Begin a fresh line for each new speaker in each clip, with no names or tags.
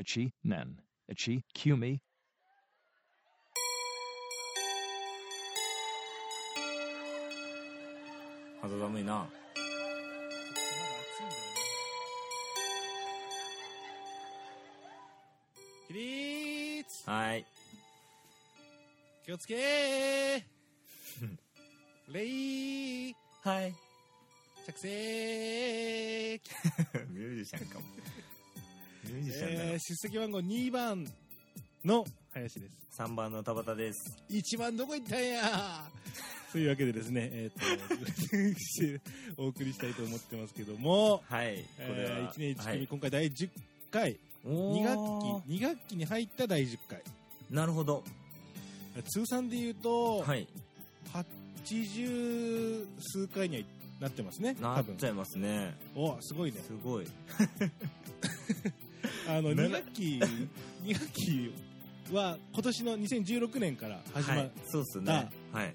Ichi Nen. Ichi Kumi.
「肌寒いな
起立
はい
気をつけーレイ
はい
着席
ミュージシャンかもミュージシャンだな、
えー、出席番号2番の林です
3番の田畑です
一番どこ行ったんやというわけでですね、えー、と お送りしたいと思ってますけども、
はいこ
え
れは、
ー、1年1組、
はい、
今回第10回2
おー
学期2学期に入った第10回
なるほど
通算で言うと、
はい
80数回にはなってますね
な
多
っ
分
ちゃいますね
おすごいね
すごい
あの
な
2 学期2学期は今年の2016年から始ま
は
る
い、そうっすねはい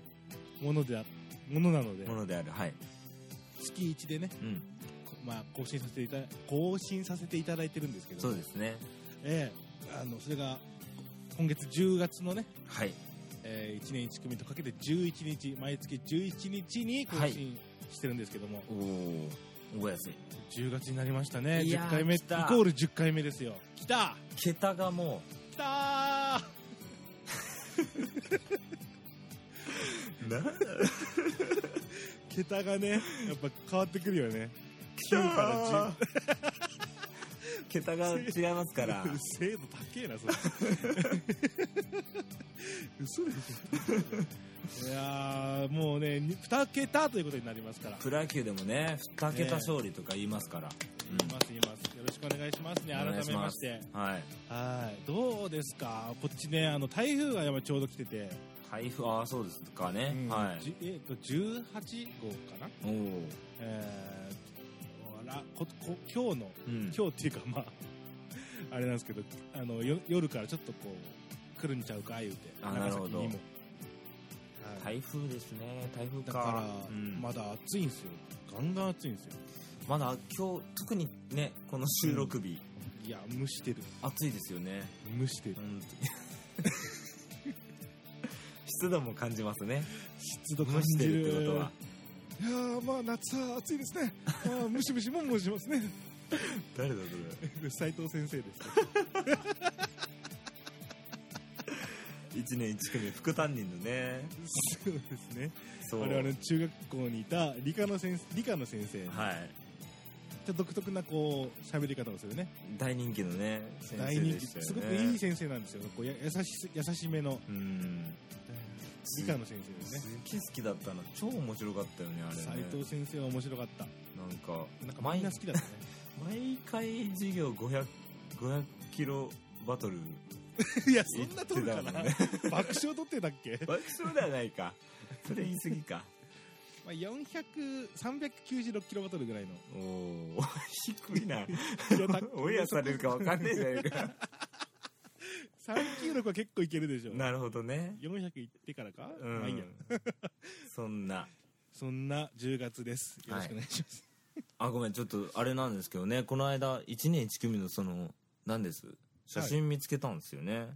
ものであ、ものなので
ものであるはい
月1でね、
うん
こまあ、更新させていた更新させていただいてるんですけど
そうですね
ええあのそれが今月10月のね、
はい
え1年1組とかけて11日毎月11日に更
はい
新してるんですけども、
おお覚えやすい
10月になりましたね
いやー
10回目イ
来
コ
た
ール10回目ですよ来た
桁がも
来 たー
うな
桁がねやっぱ変わってくるよね
来
9から
ー桁が違いますから
精度高えなそれ 嘘でしょいやーもうね2桁ということになりますから
プロ野球でもね2桁勝利とか言いますから、
いますいますよろしくお願いしますね
お願い
改
し
め
ま
ますして
うんはい
はいどうですかこっちねあの台風が今ちょうど来てて、
台風ああそうですかね、
うん
はい
じえっと18号かな
おお
えー、らここ今日の
うん
今日っていうかま ああれなんですけどあのよ夜からちょっとこう来るんちゃうか言うて
あなるほど
長崎にもはい、
台風ですね台風か
だから、
うんま
まだ暑いんですよガンガン暑いんですよ
だ今日特にねこの収録日、
いや蒸してる
暑いですよね
蒸してる
本当に湿度も感じますね
湿度
蒸
感
し
じ
て
る
るってことはい
やーまあ夏は暑いですね。あームシムシももしますね。
誰だそ
斉藤先生です。
れ1年1組副担任のね
そうですね。
そう
我々の中学校にいた理科の先生、理科の先生、ちょ
はい
っと独特なこう喋り方をするね。
大人気のね先
大
生
人
で
気、
したよね
すごくいい先生なんですよ。こうや優し優しめの
うん
理科の先生です
す
ね。
っげえ好きだったの超面白かったよねあれね
斉藤先生は面白かった。
なんか
なんかみ
毎
んな好きだったね。
毎回授業500 500キロバトル
いやそ
行
んな
っ
と
て
る
た
か
もん
な。
ね
爆笑取ってたっ け？
爆笑ではないかそれ言い過ぎか
まあ400、396キロバトルぐらいの。
おお低い ない
やだ
オンエアされるか分かんねえじゃないか
396は結構いけるでしょ。
なるほどね
400行ってからか、
う
まあいいや
んそんな
そんな10月ですよろしくお願いします、
あごめんちょっとあれなんですけどねこの間1年1組のその何です写真見つけたんですよね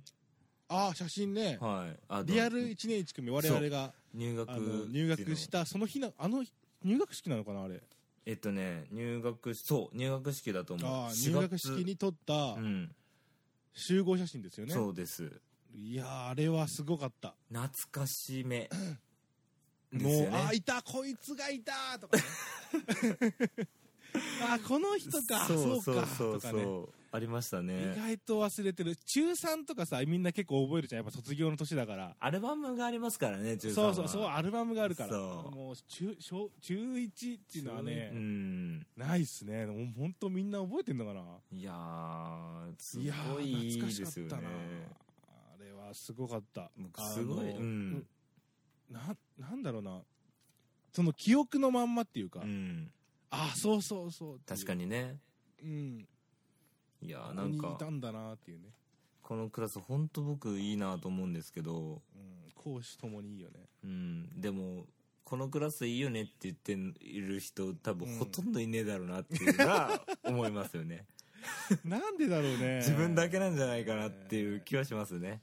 ああ写真ね、
はい、あ
リアル1年1組我々が
入学
あの入学したその日なあの入学式なのかなあれ
えっとね入学しそう入学式だと思う
ああ
4
入学
月
式に撮った
うん
集合写真ですよね、
そうです
いやーあれはすごかった
懐かし めです
もう
よ、
ああ
ね
いたこいつがいた とか、ね、あこの人か
そう
そ
そうう
か
そう
とか
そう、
ね
ありました
意
ね
外と忘れてる中3とかさみんな結構覚えるじゃんやっぱ卒業の年だから
アルバムがありますからね中3
そ
は
うそうそうアルバムがあるから
そう
もう中小中1っていうのはね、
うん
ないっすねもう本当みんな覚えてんのかない
やーす
いや
ご
ー
いい
懐か
い
し
で
かっ
すよ
た
ね
なあれはすごかった
僕すごい
あの
うん
ななんだろうなその記憶のまんまっていうか、
うん
あそうそうそう
確か
に
にね
うん
いやー
ここ
なん
にい
か
たんだなっていうね、
このクラス本当僕いいなと思うんですけど
うん、講師ともにいいよね
うんでもこのクラスいいよね って言っている人多分ほとんどいねえだろうなっていうのは思いますよね、
なんでだろうね。
自分だけなんじゃないかなっていう気はしますね。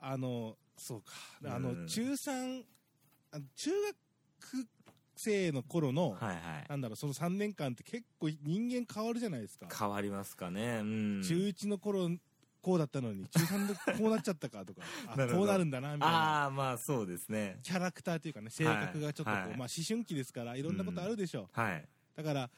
あの、そうか。あ
う
の、
ん
中3、あの中学生の頃の、
はいはい。
なんだろう、その3年間って結構人間変わるじゃないですか。
変わりますかね。うん。
中1の頃、こうだったのに、中3でこうなっちゃったかと か、あ
なるほど
こうなるんだな、みたいな。
ああ、まあそうですね。
キャラクターというかね、性格がちょっとこう、
はいはい
まあ思春期ですから、いろんなことあるでしょう。
はい。
だから、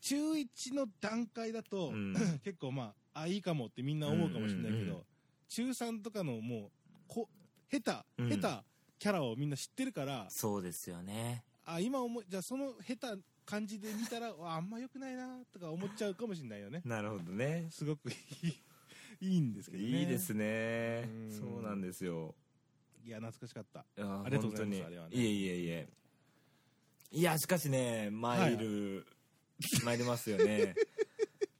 中1の段階だと、
うん
結構まあ、あ、いいかもってみんな思うかもしれないけど、
うんうんうん
中3とかのもう、こ、下手、
うん
下手キャラをみんな知ってるから、
そうですよね。
あ、今思い、じゃあその下手感じで見たら、わあんま良くないなとか思っちゃうかもしれないよね。
なるほどね。
すごくいい、いいんですけどね。
いいですね
うん。
そうなんですよ。
いや、懐かしかった。
いやー
ありがとうございます
本当に
あれはね
いえいえいえ。いや、しかしね、参る、参りますよね。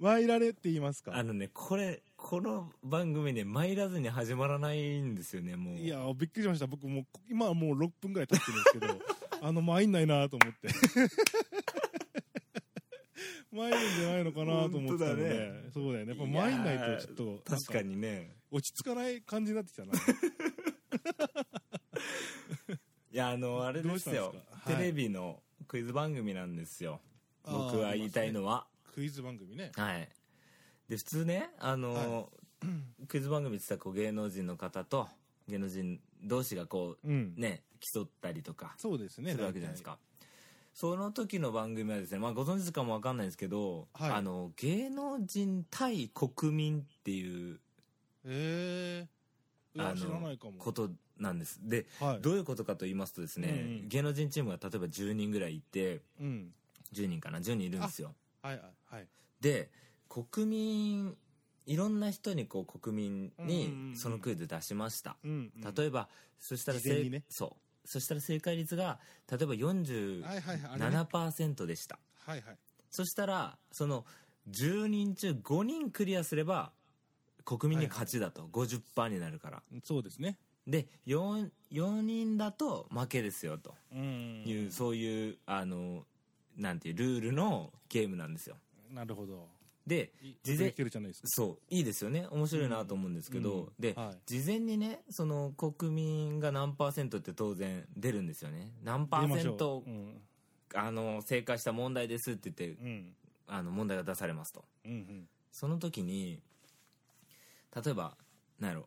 参られって言います
あ
か
のね、これ、この番組ね、参らずに始まらないんですよね、もう。
いや、びっくりしました。僕もう、今はもう6分ぐらい経ってるんです けど、あの、参んないなと思って。 参るんじゃないのかなと思ってた
本当だ
ので、
ね
そうだよね。やっ
い
ぱ
やー
参んないとちょっと、
確か
に。
にね。
落ち着かない感じになってきたな。
いや、あの、あれです
どうし
よ
たんですかはい
テレビのクイズ番組なんですよ。僕は言いたい
あー。ありますね
のは。
クイズ番組ね。
はい。で、普通ね、あの、クイズ番組って言ったらこう芸能人の方と、芸能人同士がこ
うん。
う、ね、競ったりとか、
そうですね。
するわけじゃないですか。その時の番組はですね、まあご存知かもわかんないですけど、
はい
あの、芸能人対国民っていう
大体。へえ。いや
あの
知らないかも。
ことなんです。で、
はい。
どういうことかと言いますとですね、
うんうん
芸能人チームが例えば10人ぐらいいて、
うん。
10人かな、10人いるんですよ。
はい、はいはい。
で、国民、いろんな人にこう国民
うんうんう
に
ん
そのクイズ出しました。
うん、うん。
例えば、そしたら
事前にね
そう。そしたら正解率が、例えば
はいはいはい。あれね
47%でした。
はいはい。
そしたら、その、10人中5人クリアすれば、国民に勝ちだと。50%になるから。
そうですね。
で、4、4人だと負けですよ、と
うん
いう、そういう、あの、なんていう、ルールのゲームなんですよ。
なるほど。
で、事
事前
前
いけるじゃないですか。
そう、いいですよね。面白いなと思うんですけど、
うん
で、
はい
事前にね、その国民が何パーセントって当然出るんですよね。何パ
出ま
ー
し
セ
ょ
ント
う、うん
あの、正解した問題ですって言って、
うん
あの、問題が出されますと。
うんうん
その時に、例えば、なんやろ、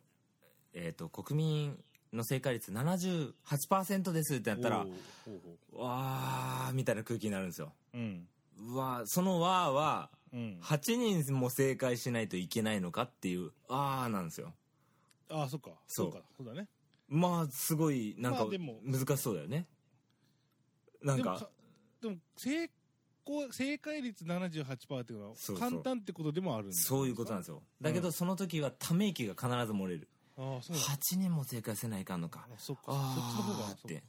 えっ、と、国民の正解率78%ですってなったら
おう、おうおう
わー、みたいな空気になるんですよ。
うん
うわー、そのわーは、
うん
8人も正解しないといけないのかっていう、あーなんですよ。
ああそっか
そう
そうかそうだね
まあ、すごい、なん
ま
か
あでも、
難しそうだよね。なん
でも
か
か、でも成功正解率78%っていうのは
そうそう
簡単ってことでもあるんですか
そういうことなんですよ。だけ
う
ど、その時はため息が必ず漏れる。
ああそうだ
8人も正解せないかんのか。
あそっかそっちの方
あ
が
ーっ
そってか。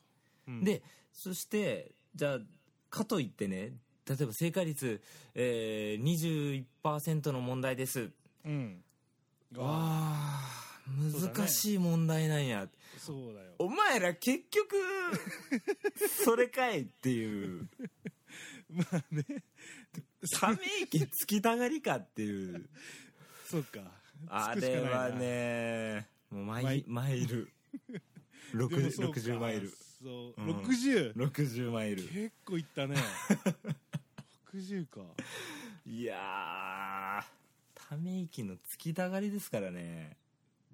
うん
で、そして、じゃあ、かといってね、例えば正解率、えー、21%の問題です。
うんあ
あ
そうだね
ー難しい問題なんや。
あそうだよ
お前ら結局、それかいっていう、
まあね
ため息つきたがりかっていう。
そっか
あ
つくし
れ
かな
はい
な
ね、もうマ
参
イ、マイ ル。六
でもそうか
60マイル。
そう
うん
60
60マイル。
結構い ったね60か
いやー、ため息のつきたがりですからね。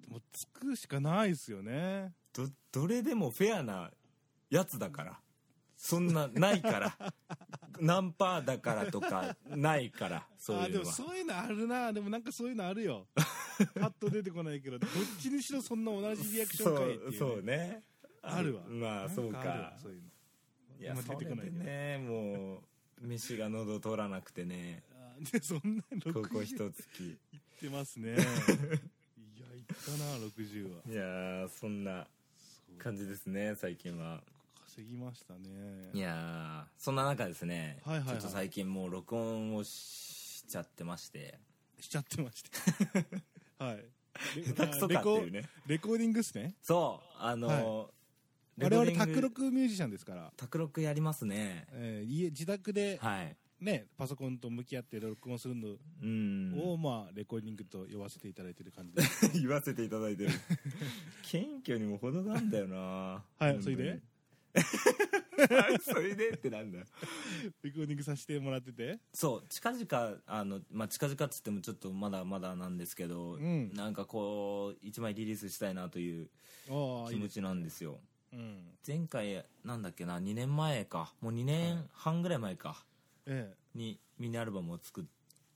もうつくしかないですよね
ど、どれでもフェアなやつだから。そんな、ないから。 何パーだからとか、ないから。そう
あ
いう
でも
のは。
そういうのあるなでもなんかそういうのあ るよパッと出てこないけどどっちにしろそんな同じリアクションかいっていう,、ね、
そうね。
あるわ
まあ、そう
なんある
か
わ。そういうの
いや、
今
そ
出て
れ
こない
で
けど
ね、もう、飯が喉通らなくてね、
あでそんな
ここ
60いっ
一月。
てますねいやいったな60はい
やー、そんな
そう
感じですね、最近は。
稼ぎましたね
いやー、そんな中ですね、
はいはいは
ちょ
い
っと最近もう録音をしちゃってまして、
しちゃってま したはい
下手くそかっていうね。
レコレコーディングっすね
そう、あのー、
我々
レコーディン
卓
グ
録ミュージシャンですから、
卓録やりますね。
えー家自宅で
はい。
ね、パソコンと向き合って録音するの
うん
を、まあ、レコーディングと呼ばせていただいてる感じで。
言わせていただいてる謙虚にも程があんだよな
はい、そ れで、
それでってなんだよ
レコーディングさせてもらってて。
そう近々あの、まあ、近々っつってもちょっとまだまだなんですけど、
うん
なんかこう一枚リリースしたいなという
ああ、
気
いい
持
です。
ちなんですよ
うん。
前回なんだっけな2年前かもう2年半ぐらい前か
ええ。
にミニアルバムを作っ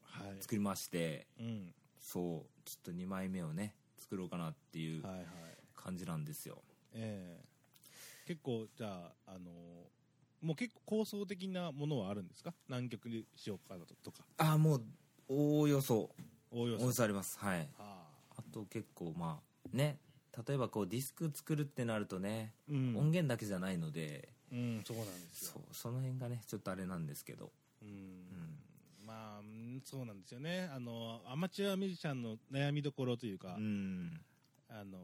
はい。
作りまして
うん。
そうちょっと2枚目をね作ろうかなっていう
はいはい。
感じなんですよ
ええ。結構、じゃあ、あのもう結構構想的なものはあるんですか何曲にしようかなととか。
ああもうおおよそ
おおよ
おお
そ
よ。そありますはい
ああ。
あと結構まあね例えばこうディスク作るってなるとね、
うん。
音源だけじゃないので
うん、そうなんですよ
そ。うその辺がねちょっとあれなんですけど
うんまあうんそうなんですよねあのアマチュアミュージシャンの悩みどころというか、
うん
あの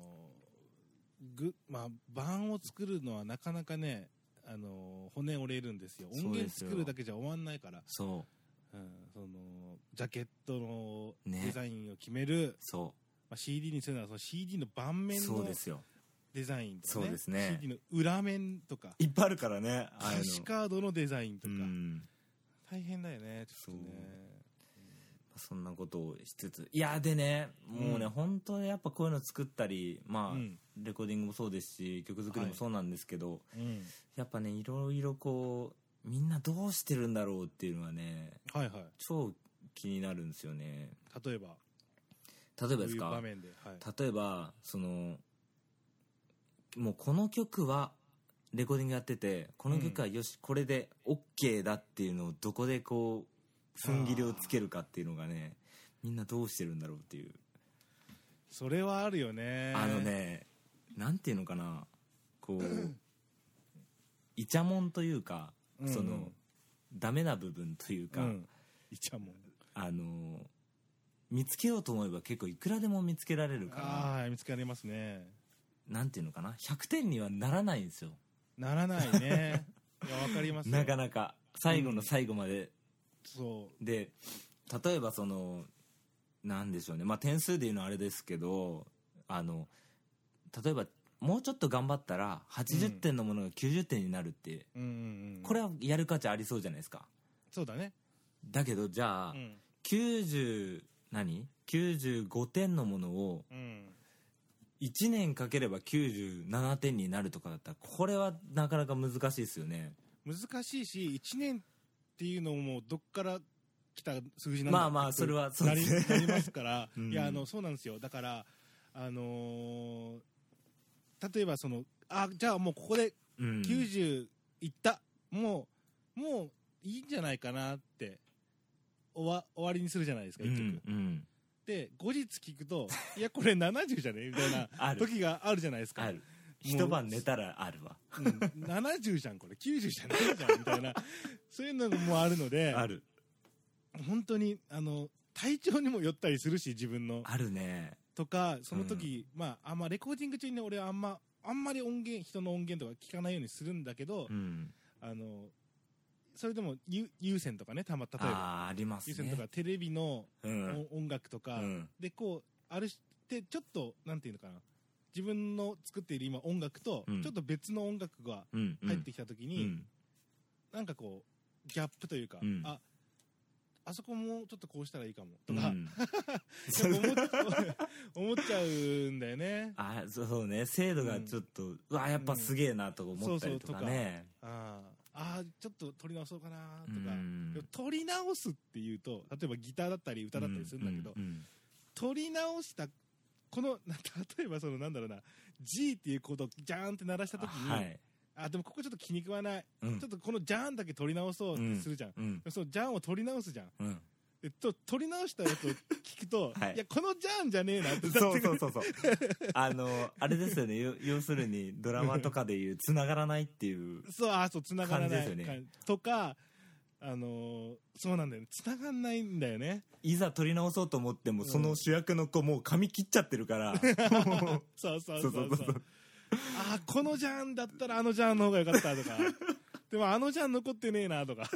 ぐまあ版を作るのはなかなかねあの骨折れるんですよ
そうですよ
音源作るだけじゃ終わんないから
そう
うん、そのジャケットの
ね
デザインを決める、
そ
まあ、CD にするならその CD の盤
う
面
そう
の
ですよ
デザインとか、ね、
そうですね
CD の裏面とか
いっぱいあるからねああいう
歌
の
詞カードのデザインと
う
か、
ん
大変だよねちょっとね
そんなことをしつついやでねもうね、
うん
本当にやっぱこういうの作ったりまあ、
うん
レコーディングもそうですし曲作りもそうなんですけど、
うん
やっぱねいろいろこうみんなどうしてるんだろうっていうのはね
はいはい
超気になるんですよね
例えば
例えば
どう
で
い
す
う場
か
面で、はい、
例えばそのもうこの曲はレコーディングやっててこの曲はよし、これで OK だっていうのをどこでこう踏ん切りをつけるかっていうのがねみんなどうしてるんだろうっていう、
それはあるよね
あのねなんていうのかな こうイチャモンというか、
うん
そのダメな部分という
う
か、
んいちゃもん
あの見つけようと思えば結構いくらでも見つけられるから
ああ見つかりますね
なんていうのかな100点にはならないんですよ
ならないね いやわかりますよ
なかなか最後の最後まで、
そ
で例えばそのなんでしょうねまあ点数で言うのはあれですけどあの例えばもうちょっと頑張ったら80点のものが90点になるって、
ううんうんうん
これはやる価値ありそうじゃないですか
そうだね
だけどじゃあ、
うん
90何95点のものを
うん
1年かければ97点になるとかだったらこれはなかなか難しいですよね
難しいし1年っていうのもどっから来た数字なんだ
まあまあそれはそう
な
で
り
すね
なりますから、
うん
いやあのそうなんですよだからあのー例えばそのあじゃあもうここで
うん
90いった、もうもういいんじゃないかなって終わ終わりにするじゃないですか
う
一曲、
ん、うん、
で後日聞く といやこれ70じゃねみたいな
ある
時があるじゃないですか
ある一晩寝たらあるわ
うん、70じゃんこれ90じゃないじゃんみ たいなそういうのもあるので
る
本当にあの体調にもよったりするし自分の
あるね
とかその時、まああんまレコーディング中にね俺はあんまあんまり音源人の音源とか聞かないようにするんだけど、
うん
あのそれでも有有線とかねたま例えば
あーあります
有
ね
線とかテレビの
うん、
お音楽と
う
か、
ん
でこうあるしてちょっとなんていうのかな自分の作っている今音楽と、
うん
ちょっと別の音楽が
うん、
入ってきた時
う
に、
ん
なんかこうギャップというか、
うん
ああそこもちょっとこうしたらいいかも
う
と
ん
か、 やっ ぱ思っ思っちゃうんだよね
あーそうそうね精度がちょっと、うわやっぱすげえなとか思ったりとかね
あーあーちょっと撮り直そうかなとか、
うん
でも撮り直すっていうと例えばギターだったり歌だったりするんだけど、
うんうん
撮り直したこの な例えばそのなんだろうな G っていうコードをジャーンって鳴らした時に、
はい、
あでもここちょっと気に食わない、
うん
ちょっとこのジャーンだけ撮り直そうってするじゃん、
うん
そのジャーンを撮り直すじゃん
うん、
でと撮り直したやつを聞く と、
はい
い、やこのジャーンじゃねえなって
そうそうそうそうあのあれですよねよ要するにドラマとかでいう繋がらないっていう
そうあそう繋がらない
感じですよね
感じとかあのーそうなんだよね繋がんないんだよね
いざ取り直そうと思ってもその主役の子もう髪切っちゃってるからもう
そうそうそうそう
そうそうそう
あこのジャーン だったらあのジャーンの方が良かったとかでもあのジャーン残ってねえなとか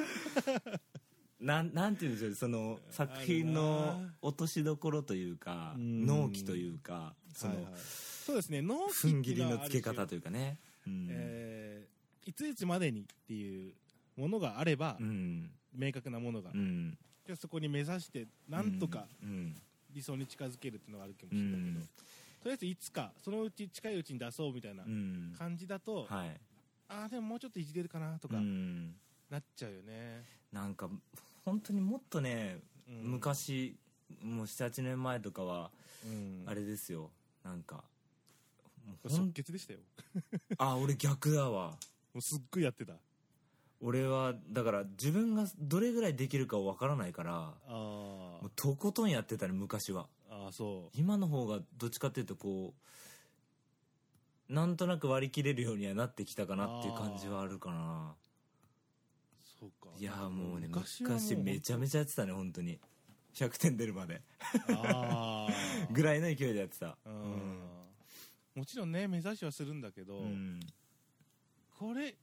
なんなんていうんでしょうその作品
あ
の
るな
落としどころというか
うん
納期というかその
はいはいそうですね、納期
踏ん切りのつけ
があ
方
る
というかねうん
種、えーいついつまでにっていうものがあれば、
うん
明確なものが、
うん
じゃあそこに目指して、なんとか
うん
理想に近づけるっていうのがあるかも
う
しれないけど、
ん
とりあえずいつか、そのうち近いうちに出そうみたいな
うん
感じだと、
はい
ああ、でももうちょっといじれるかなとか、
うん
なっちゃうよね。
なんか本当にもっとね
うん、
昔もう78年前とかは
うん、
あれですよなんかもうほん
即決でしたよ。
あ俺逆だわ
もうすっごいやってた。
俺はだから自分がどれぐらいできるかわからないから
あ
もうとことんやってたね昔は
あ、ああ、そう。
今の方がどっちかっていうとこうなんとなく割り切れるようにはなってきたかなっていう感じはあるかな
そうか。
いやーもうね昔
はもう
めちゃめちゃやってたね本当に100点出るまで
ああ。
ぐらいの勢いでやってた
うんもちろんね、目指しはするんだけど、
うん
これ、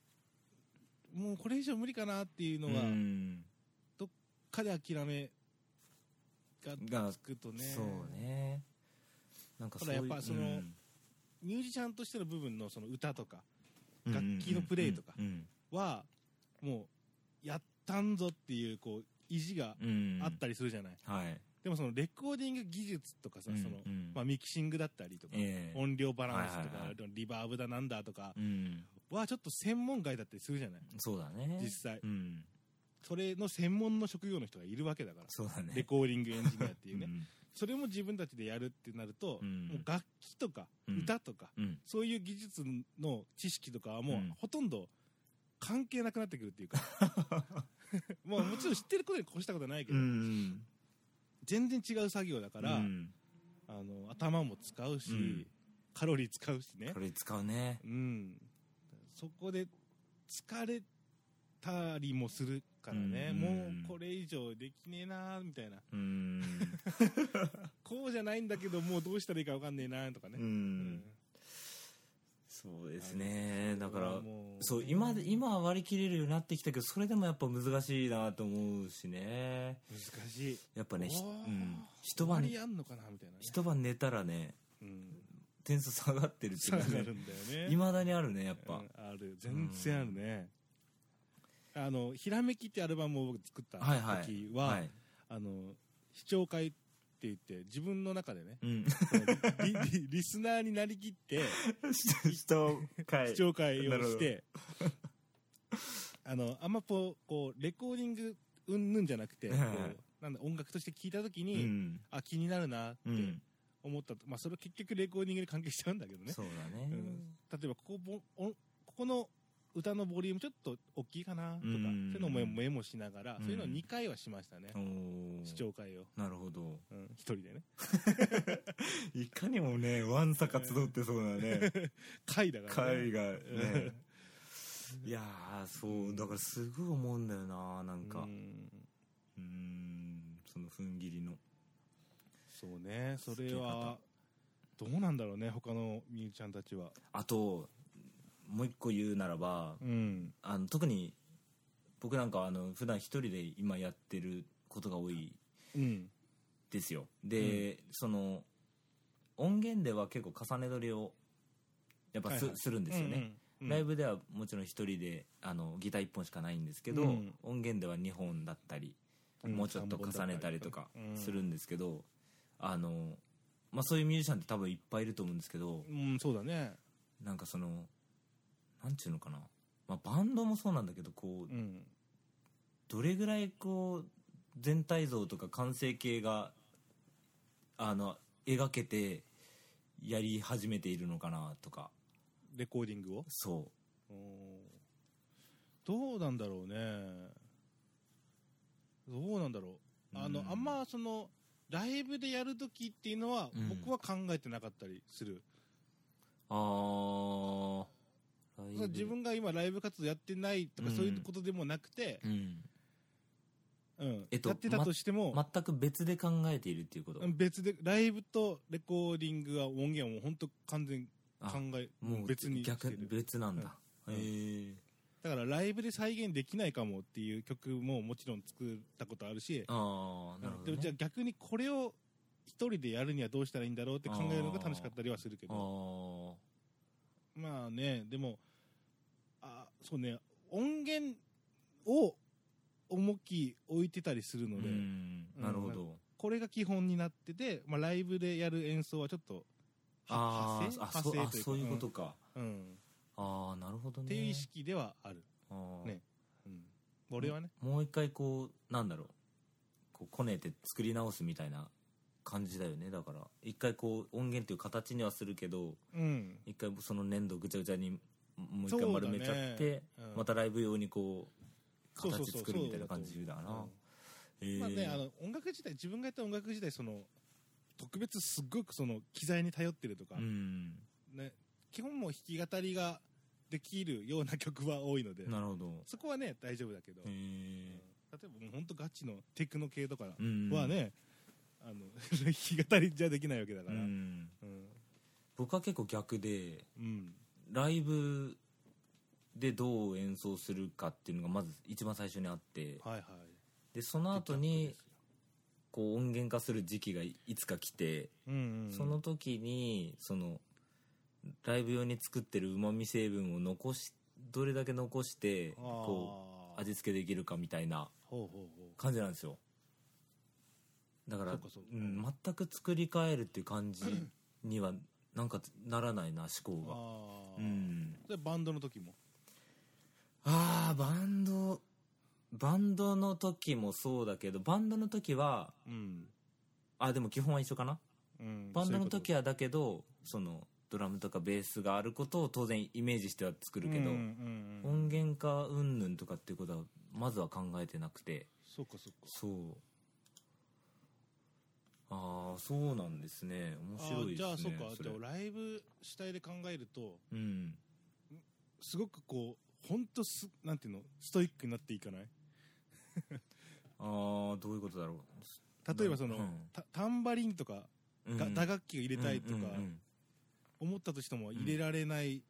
もうこれ以上無理かなっていう
う
のが、
ん
かで諦めが
が
つくとね、
そうねなんかそういう
ただやっぱその
うん
ミュージシャンとしての部分のその歌とか楽器のプレイとか
うん
は、もう、やったんぞっていう、こう、意地が
うん
あったりするじゃない。
はい
でもそのレコーディング技術とかさ、その、まあミキシングだったりとか、
ええ
音量バランスと
はいはいは
か
い、
リバーブだなんだとか
うん
はちょっと専門外だったりするじゃない
そうだね
実際
うん
それの専門の職業の人がいるわけだから。
そうだね
レコーディングエンジニアっていうね。
ん
それも自分たちでやるってなると、
うん
もう楽器とか
うん
歌とか、
うん
そういう技術の知識とかはもう
うん
ほとんど関係なくなってくるって いうか。まあもちろん知ってることに越したことはないけど、
ん
全然違う作業だから、
うん
あの、頭も使うし、
うん
カロリー使うしね
こ。れ使うね
うん。そこで疲れたりもするからね、
うん
もうこれ以上できねえなーみたいな。
うん
こうじゃないんだけど、もうどうしたらいいかわかんねえなーとかね
う。んそうですねだから
も
そう今で今は割り切れるようになってきたけどそれでもやっぱ難しいなと思うしね
難しい
やっぱねひ
おー
うん一
終わ
晩
りあんのかなみたいなね
一晩寝たらね
うん
点数下がってるって
下
い
が
うか
る
ね
んだよね
いまだにあるねやっ
うん
ぱ
ある全然あるねあの「ひらめき」ってアルバムを僕作った
はいはい
時は、
はい
あの視聴会って言って自分の中でね
うん
リリリスナーになりきって
人会
視聴会を
なるほ
し
ど
て、あのあんまこうこうレコーディングうんぬんじゃなくて、
はいはい
こうなんだ音楽として聴いた時
う
に、
ん
あ気になるなって
うん
思ったと、まあそれ結局レコーディングに関係しちゃうんだけどね
そうだね
うん例えばここぼおここの歌のボリュームちょっと大きいかなとか、
うん
そういうのもメモしながら、
うん
そういうのを2回はしましたね、
おー
視聴会を、
なるほど
うん、1人でね
いかにもねわんさか集ってそうな ね
会だからね
会がね
う
いやーそうだからすごい思うんだよななん
ん
か
う
うんーんその踏ん切りの
そうねそれはどうなんだろうね他のみゆちゃんたちは
あともう一個言うならば
うん
あの特に僕なんかはあの普段一人で今やってることが多い
うん
ですよで、その音源では結構重ね撮りをやっぱす,、
はいはい
するんですよね、
うんうん
ライブではもちろん一人であのギター1本しかないんですけど、
うん
音源では2本だったり、
うん
もうちょっと重ねたりとかする
うん
んですけど、あの、まあ、そういうミュージシャンって多分いっぱいいると思うんですけど
うんそうだね
なんかそのなんちゅうのかな、まあ、バンドもそうなんだけどこう
うん
どれぐらいこう全体像とか完成形があの描けてやり始めているのかなとか
レコーディングを
そ
おどうなんだろうねどうなんだろうあの、
うん
あんまそのライブでやるときっていうのは
うん
僕は考えてなかったりする、
うああ
その自分が今ライブ活動やってないとか
うん
そういうことでもなくて、
うん
うん
えっと
やってたとしても、
全く別で考えているっていうこと、
別でライブとレコーディングは音源はもう本当完全
あ
考え
もう
別にして
逆
る
別なんだ、
うん
へえ
だからライブで再現できないかもっていう曲ももちろん作ったことあるし、
ああなるほど、
で
ね、
もじゃあ逆にこれを一人でやるにはどうしたらいいんだろうって考えるのが楽しかったりはするけ
あ
どまあねでもあそうね音源を重き置いてたりする
ー
ので、
うんなるほど
これが基本になってて、まあ、ライブでやる演奏はちょっとは
あーあ
派
そ
生
うあ
派生というか
そういうことか、
うん、うん
ああなるほどね
っていう意識ではある、
あー
ねうん、俺はね、
もう一回こうなんだろうこうこねて作り直すみたいな感じだよねだから一回こう音源っていう形にはするけど
うん、
一回その粘土ぐちゃぐちゃにもう一
そうだ
回
ね
丸めちゃって、
うん
またライブ用にこう
そうそう
形
そう
作るみたいな感じだな
そうだと思
へ
う
ー
まあね、あの音楽自体自分がやった音楽自体その特別すっごくその機材に頼ってるとか、
うん
ね、基本もう弾き語りができるような曲は多いので
なるほど
そこはね大丈夫だけど、
へ
例
え
えばもうほんとガチのテクノ系とかは
うん
ね、あの 弾き語りじゃできないわけだか
う
ら、うん
ん
うん
僕は結構逆でライブでどう演奏するかっていうのがまず一番最初にあって
はいはい
でその後にこう音源化する時期がいいつか来て、
うんうん
その時にそのライブ用に作ってるうまみ成分を残しどれだけ残して
あー
こう味付けできるかみたいな
ほうほうほう
感じなんですよだから
そうかそうか
ん、全く作り変えるっていう感じにはなんかならないな思考が
ああ、
うん
でバンドの時も
あーバンドバンドの時もそうだけどバンドの時は
うん、
あでも基本は一緒かな
うん、
バンドの時
は
はだけどそのドラムとかベースがあることを当然イメージしては作るけど、
うんうんうん、
音源化うんぬんとかっていうことはまずは考えてなくて
そうかそうか
そうああそうなんですね面白いですね
あーじゃあそうか
それ
じゃあライブ主体で考えると
うん
すごくこう本当すなんていうのストイックになっていかない
ああどういうことだろ
例えばその、
うん
タタンバリンとか、
う、うん
が打楽器を入れたいとか、
うんうん
思ったとしても入れられない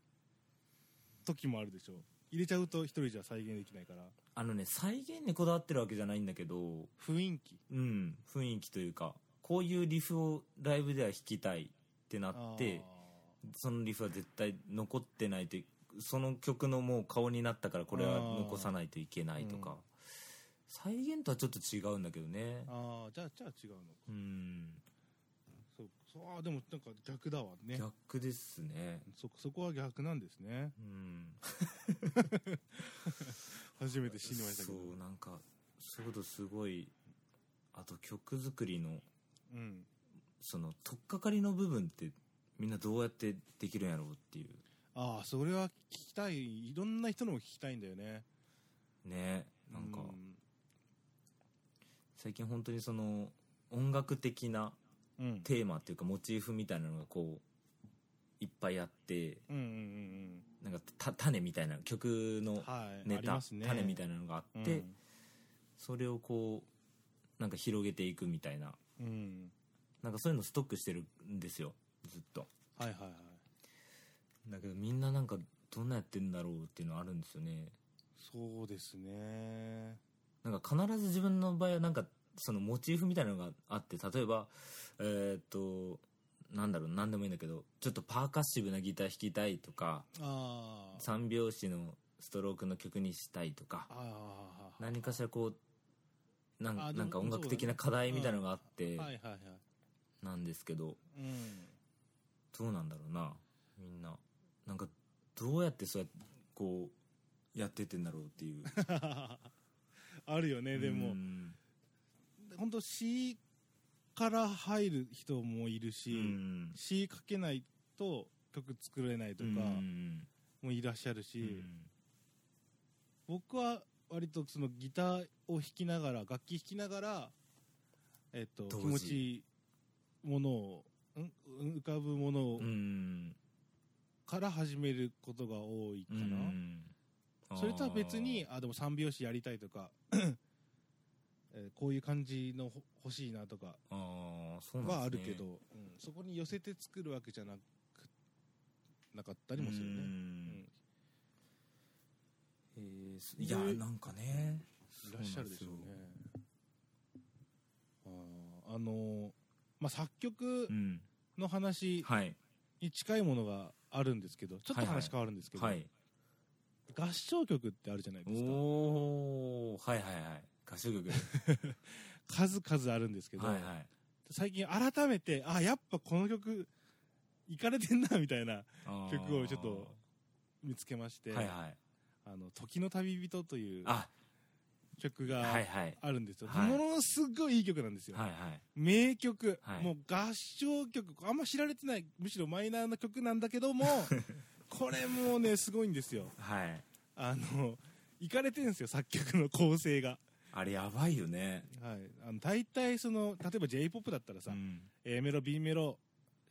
時もあるでしょ入れちゃうと一人じゃ再現できないから
あのね再現にこだわってるわけじゃないんだけど
雰囲気
うん雰囲気というかこういうリフをライブでは弾きたいってなってそのリフは絶対残ってないといその曲のもう顔になったからこれは残さないといけないとか、
うん
再現とはちょっと違うんだけどね
あーあーじゃあじゃあ違うの
うん
そうそうあーでもなんか逆だわね
逆ですね
そそこは逆なんですね
うん
初めて知りましたけ
そ
ど
うなんかそういうことすごいあと曲作りの
うん
その取っかかりの部分ってみんなどうやってできるんやろうっていう
ああそれは聞きたいいろんな人のも聞きたいんだよね
ねなんか、
う
最近本当にその音楽的な
うん
テーマっていうかモチーフみたいなのがこういっぱいあって
うんうんうん
なんかた種みたいな曲
うん
の
はい
ネ
あり
タ、
ますね
種みたいなのがあって、それをこうなんか広げていくみたいな
うん、うん、
なんかそういうのストックしてるんですよずっと
はいはいはい
だけどみんななんかどんなやってんだろうっていうのあるんですよね
そうですね
なんか必ず自分の場合はなんかそのモチーフみたいなのがあって例えばえーっとなんだろう何でもいいんだけどちょっとパーカッシブなギター弾きたいとか
ああ
三拍子のストロークの曲にしたいとか
ああ
何かしらこうなん
あでも
なんか音楽的な課題みたいなのがあって
はいはいはい
なんですけど
うん
どうなんだろうなみんななんかどうやってそうやってこうやってってんだろうって いう
あるよねで
う
も
ん
本当 C から入る人もいる
う
し、
ん
C かけないと曲作れないとか
うん
もいらっしゃるし、
うん
僕は割とそのギターを弾きながら楽器弾きながら、えっと
同時
気持ちいいものをんん浮かぶものを
うん
から始めることが多いかな、それとは別にあでも三拍子やりたいとか、 えーこういう感じのほ欲しいなとか
あーあーそう
は
な
あ
んで
る
すね
けど、うんそこに寄せて作るわけじゃなくなかったりもするね
う
うん
んえーすいや
ね
なんかね
いらっしゃるでしょうねあーあのーまあ作曲
うん
の話
はい
に近いものがあるんですけどちょっと話変わるんですけど、
はい
合唱曲ってあるじゃないですか
おおはいはいはい合唱曲
数々あるんですけど、
はいはい
最近改めてあやっぱこの曲いかれてんなみたいな
あー
曲をちょっと見つけまして「
はいはい
あの時の旅人」という
あ
曲
はい
が
はい
あるんですよ、
はい
ものすごいいい曲なんですよ、
はいはい
名曲、
はい
もう合唱曲あんま知られてないむしろマイナーな曲なんだけ どもこれもうねすごいんですよ
はい
あのいかれてるんですよ作曲の構成が、
あれやばいよね
はい、あの大体その例えば j p o p だったらさ、
ん
A メロ B メロ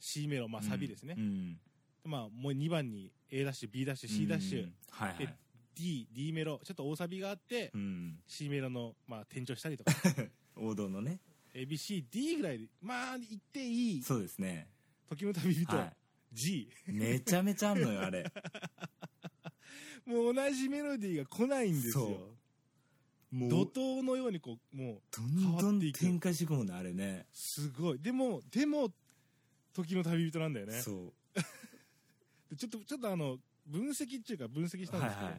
C メロまあサビですね、
うん
まあもう2番に A ダッシュ B ダッシュ C ダッシ
う
ュ
んはいは
で
い
D D メロちょっと大サビがあって、
うん
C メロのまあ転調したりと か
王道のね
ABCD ぐらいでまあ言っていい
そうですね
時の旅人、
は
G
いめちゃめちゃあんのよあ れ
もう同じメロディーが来ないんですよ
そもう
怒涛のようにこうもう
どんど
変わっ
ん
ていく
展開していくもんねあれね
すごいでもでも時の旅人なんだよね
そ
でちょっとちょっとあの分析っていうか分析したんですけど、
はいはい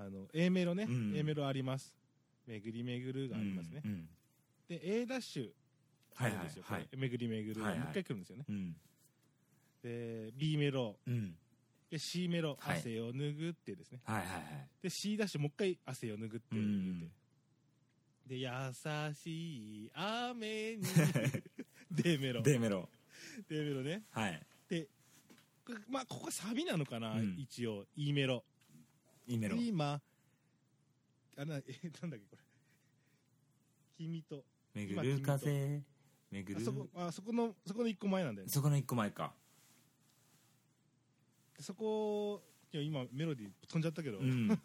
あの A メロね、
うん
A メロあります巡り巡る
う
がありますね、
うんうん
で A ダッシュ
はいは
あるん
い
ですよ、
はい
これ巡り巡る、
はいはい
もう一回来るんですよね
うん
で B メロ
うん
で C メロ、
はい
汗を拭ってですね
はいはいはい
で C ダッシュもう一回汗を拭って言
う
って、
ん
で優しい雨 に D メロ D
でメロ
メロね
はい
これまあここサビなのかな、
うん
一応 E メロ
いいメロ
今あなえなんだっけこれ君と
巡る風巡
あ
る
そこあそこのそこの一個前なんだよね
そこの一個前か
そこいや今メロディー飛んじゃったけど、
うん
ま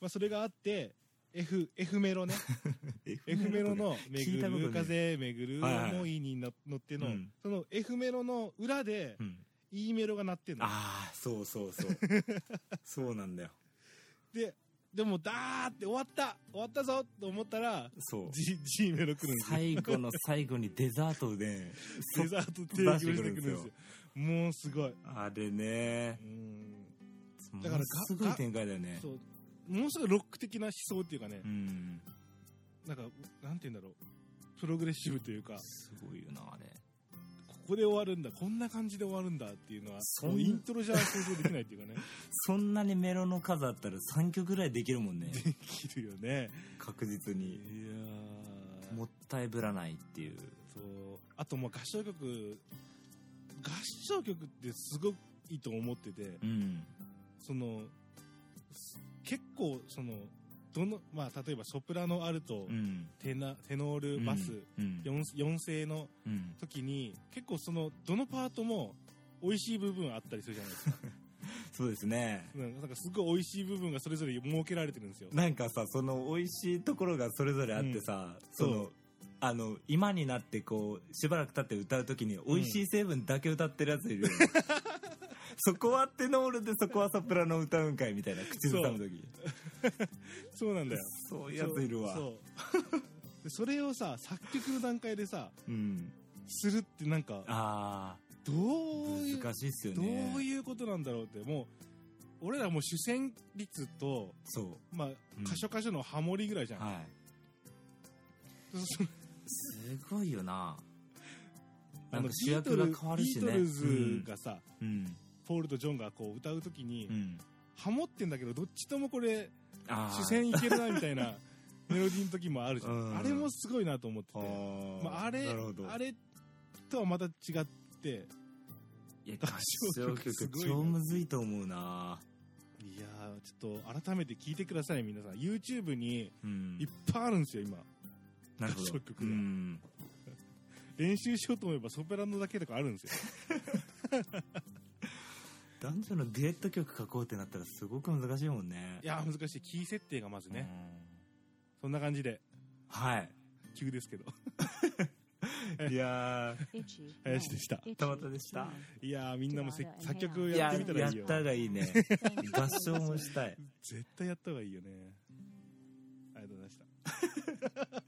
あ、それがあって F, F メロね F メロの「
聞
巡
いたことね
る風巡る
はいはい
思い」にの乗っての、
うん
その F メロの裏で
うん
E メロが鳴ってんの
ああそうそうそう そうなんだよ
ででもダーって終わった終わったぞと思ったら
そう
G, G メロ来るんですよ
最 後の最後にデザートで
デザート提供してくるんですよ
出してくるんですよ
もうすごい
あれね
うん
だ
だ
か
からら
すごい展開だよね
そうものすごいロック的な思想っていうかね、
うん
なんかなんて言うんだろうプログレッシブというか
すごいよなあれ
ここで終わるんだこんな感じで終わるんだっていうのは
そん
もうイントロじゃ想像できないっていうか ね
そんなにメロの数あったら3曲ぐらいできるもんね
できるよね
確実
いや
に
ー
もったいぶらないっていう
そうあともう合唱曲合唱曲ってすごくいいと思ってて、
うん
そのす結構そのどのまあ例えばソプラノアルト、
うん
テナテノールバス、
うん
四四声の
うん
時に結構そのどのパートも美味しい部分あったりするじゃな いですか
そうですね
なんかすごい美味しい部分がそれぞれ設けられてるんですよ
なんかさその美味しいところがそれぞれあってさ、そ
そ
の
う
あの今になってこうしばらく経って歌う時に美味しい成分だけ歌ってるやついる よね、そこはテノールでそこはソプラノ歌うんかいみたいな口ずさむ時
そうなんだよ
そういうやついるわ
そうそうでそれをさ作曲の段階でさ
うん
するってなんか
あ
ど
あ
ういう
難しいっすよ
どう
ね
いうことなんだろうってもう俺らもう主旋律と
そ
まあ
うん
箇所箇所のハモリぐらいじゃ、
うんはい
そそ
すごいよな
あ
なん
の
か主役が変わるしね
ビートルズビートルズがさ、
うん
ポールとジョンがこう歌うときに、
うん
ハモってんだけどどっちともこれ
あー
視線いけるなみた いなメロディーの時もあるじゃん、
うん
あれもすごいなと思ってて
あ
あ,、
ー
まあ、あれ
なるほど
あれとはまた違って
いや
合
合
唱
唱
曲す
曲
ごいね
超むずいと思うない
やーちょっと改めて聞いてください皆さん YouTube に
うん
いっぱいあるんですよ今
なるほ
合
ど
唱曲が
うん
練習しようと思えばソプラノだけとかあるん ですよ
男女のデュエット曲書こうってなったらすごく難しいもんね
いやー難しいキー設定がまず
うん
ね、そんな感じで
はい
急ですけど
いいや
林でした
たまたでした
いやーみんなもせ作曲
ー
やっ
や
てみたら
や
い
っ
いよ
たがいいね合唱もしたい
絶対やった方がいいよねありがとうございました